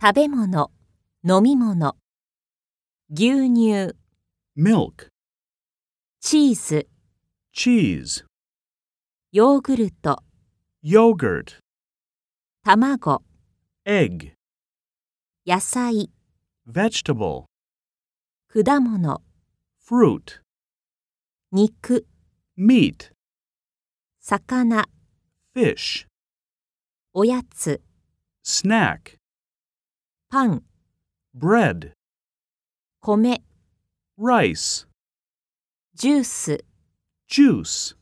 食べ物、飲み物。牛乳、 milk, チーズ、 cheese, ヨーグルト、 yogurt, 卵、 egg, 野菜、 vegetable, 果物、 fruit, 肉、 meat, 魚、 fish, おやつ、 snack, パン、 bread, 米、 rice, ジュース。 juice.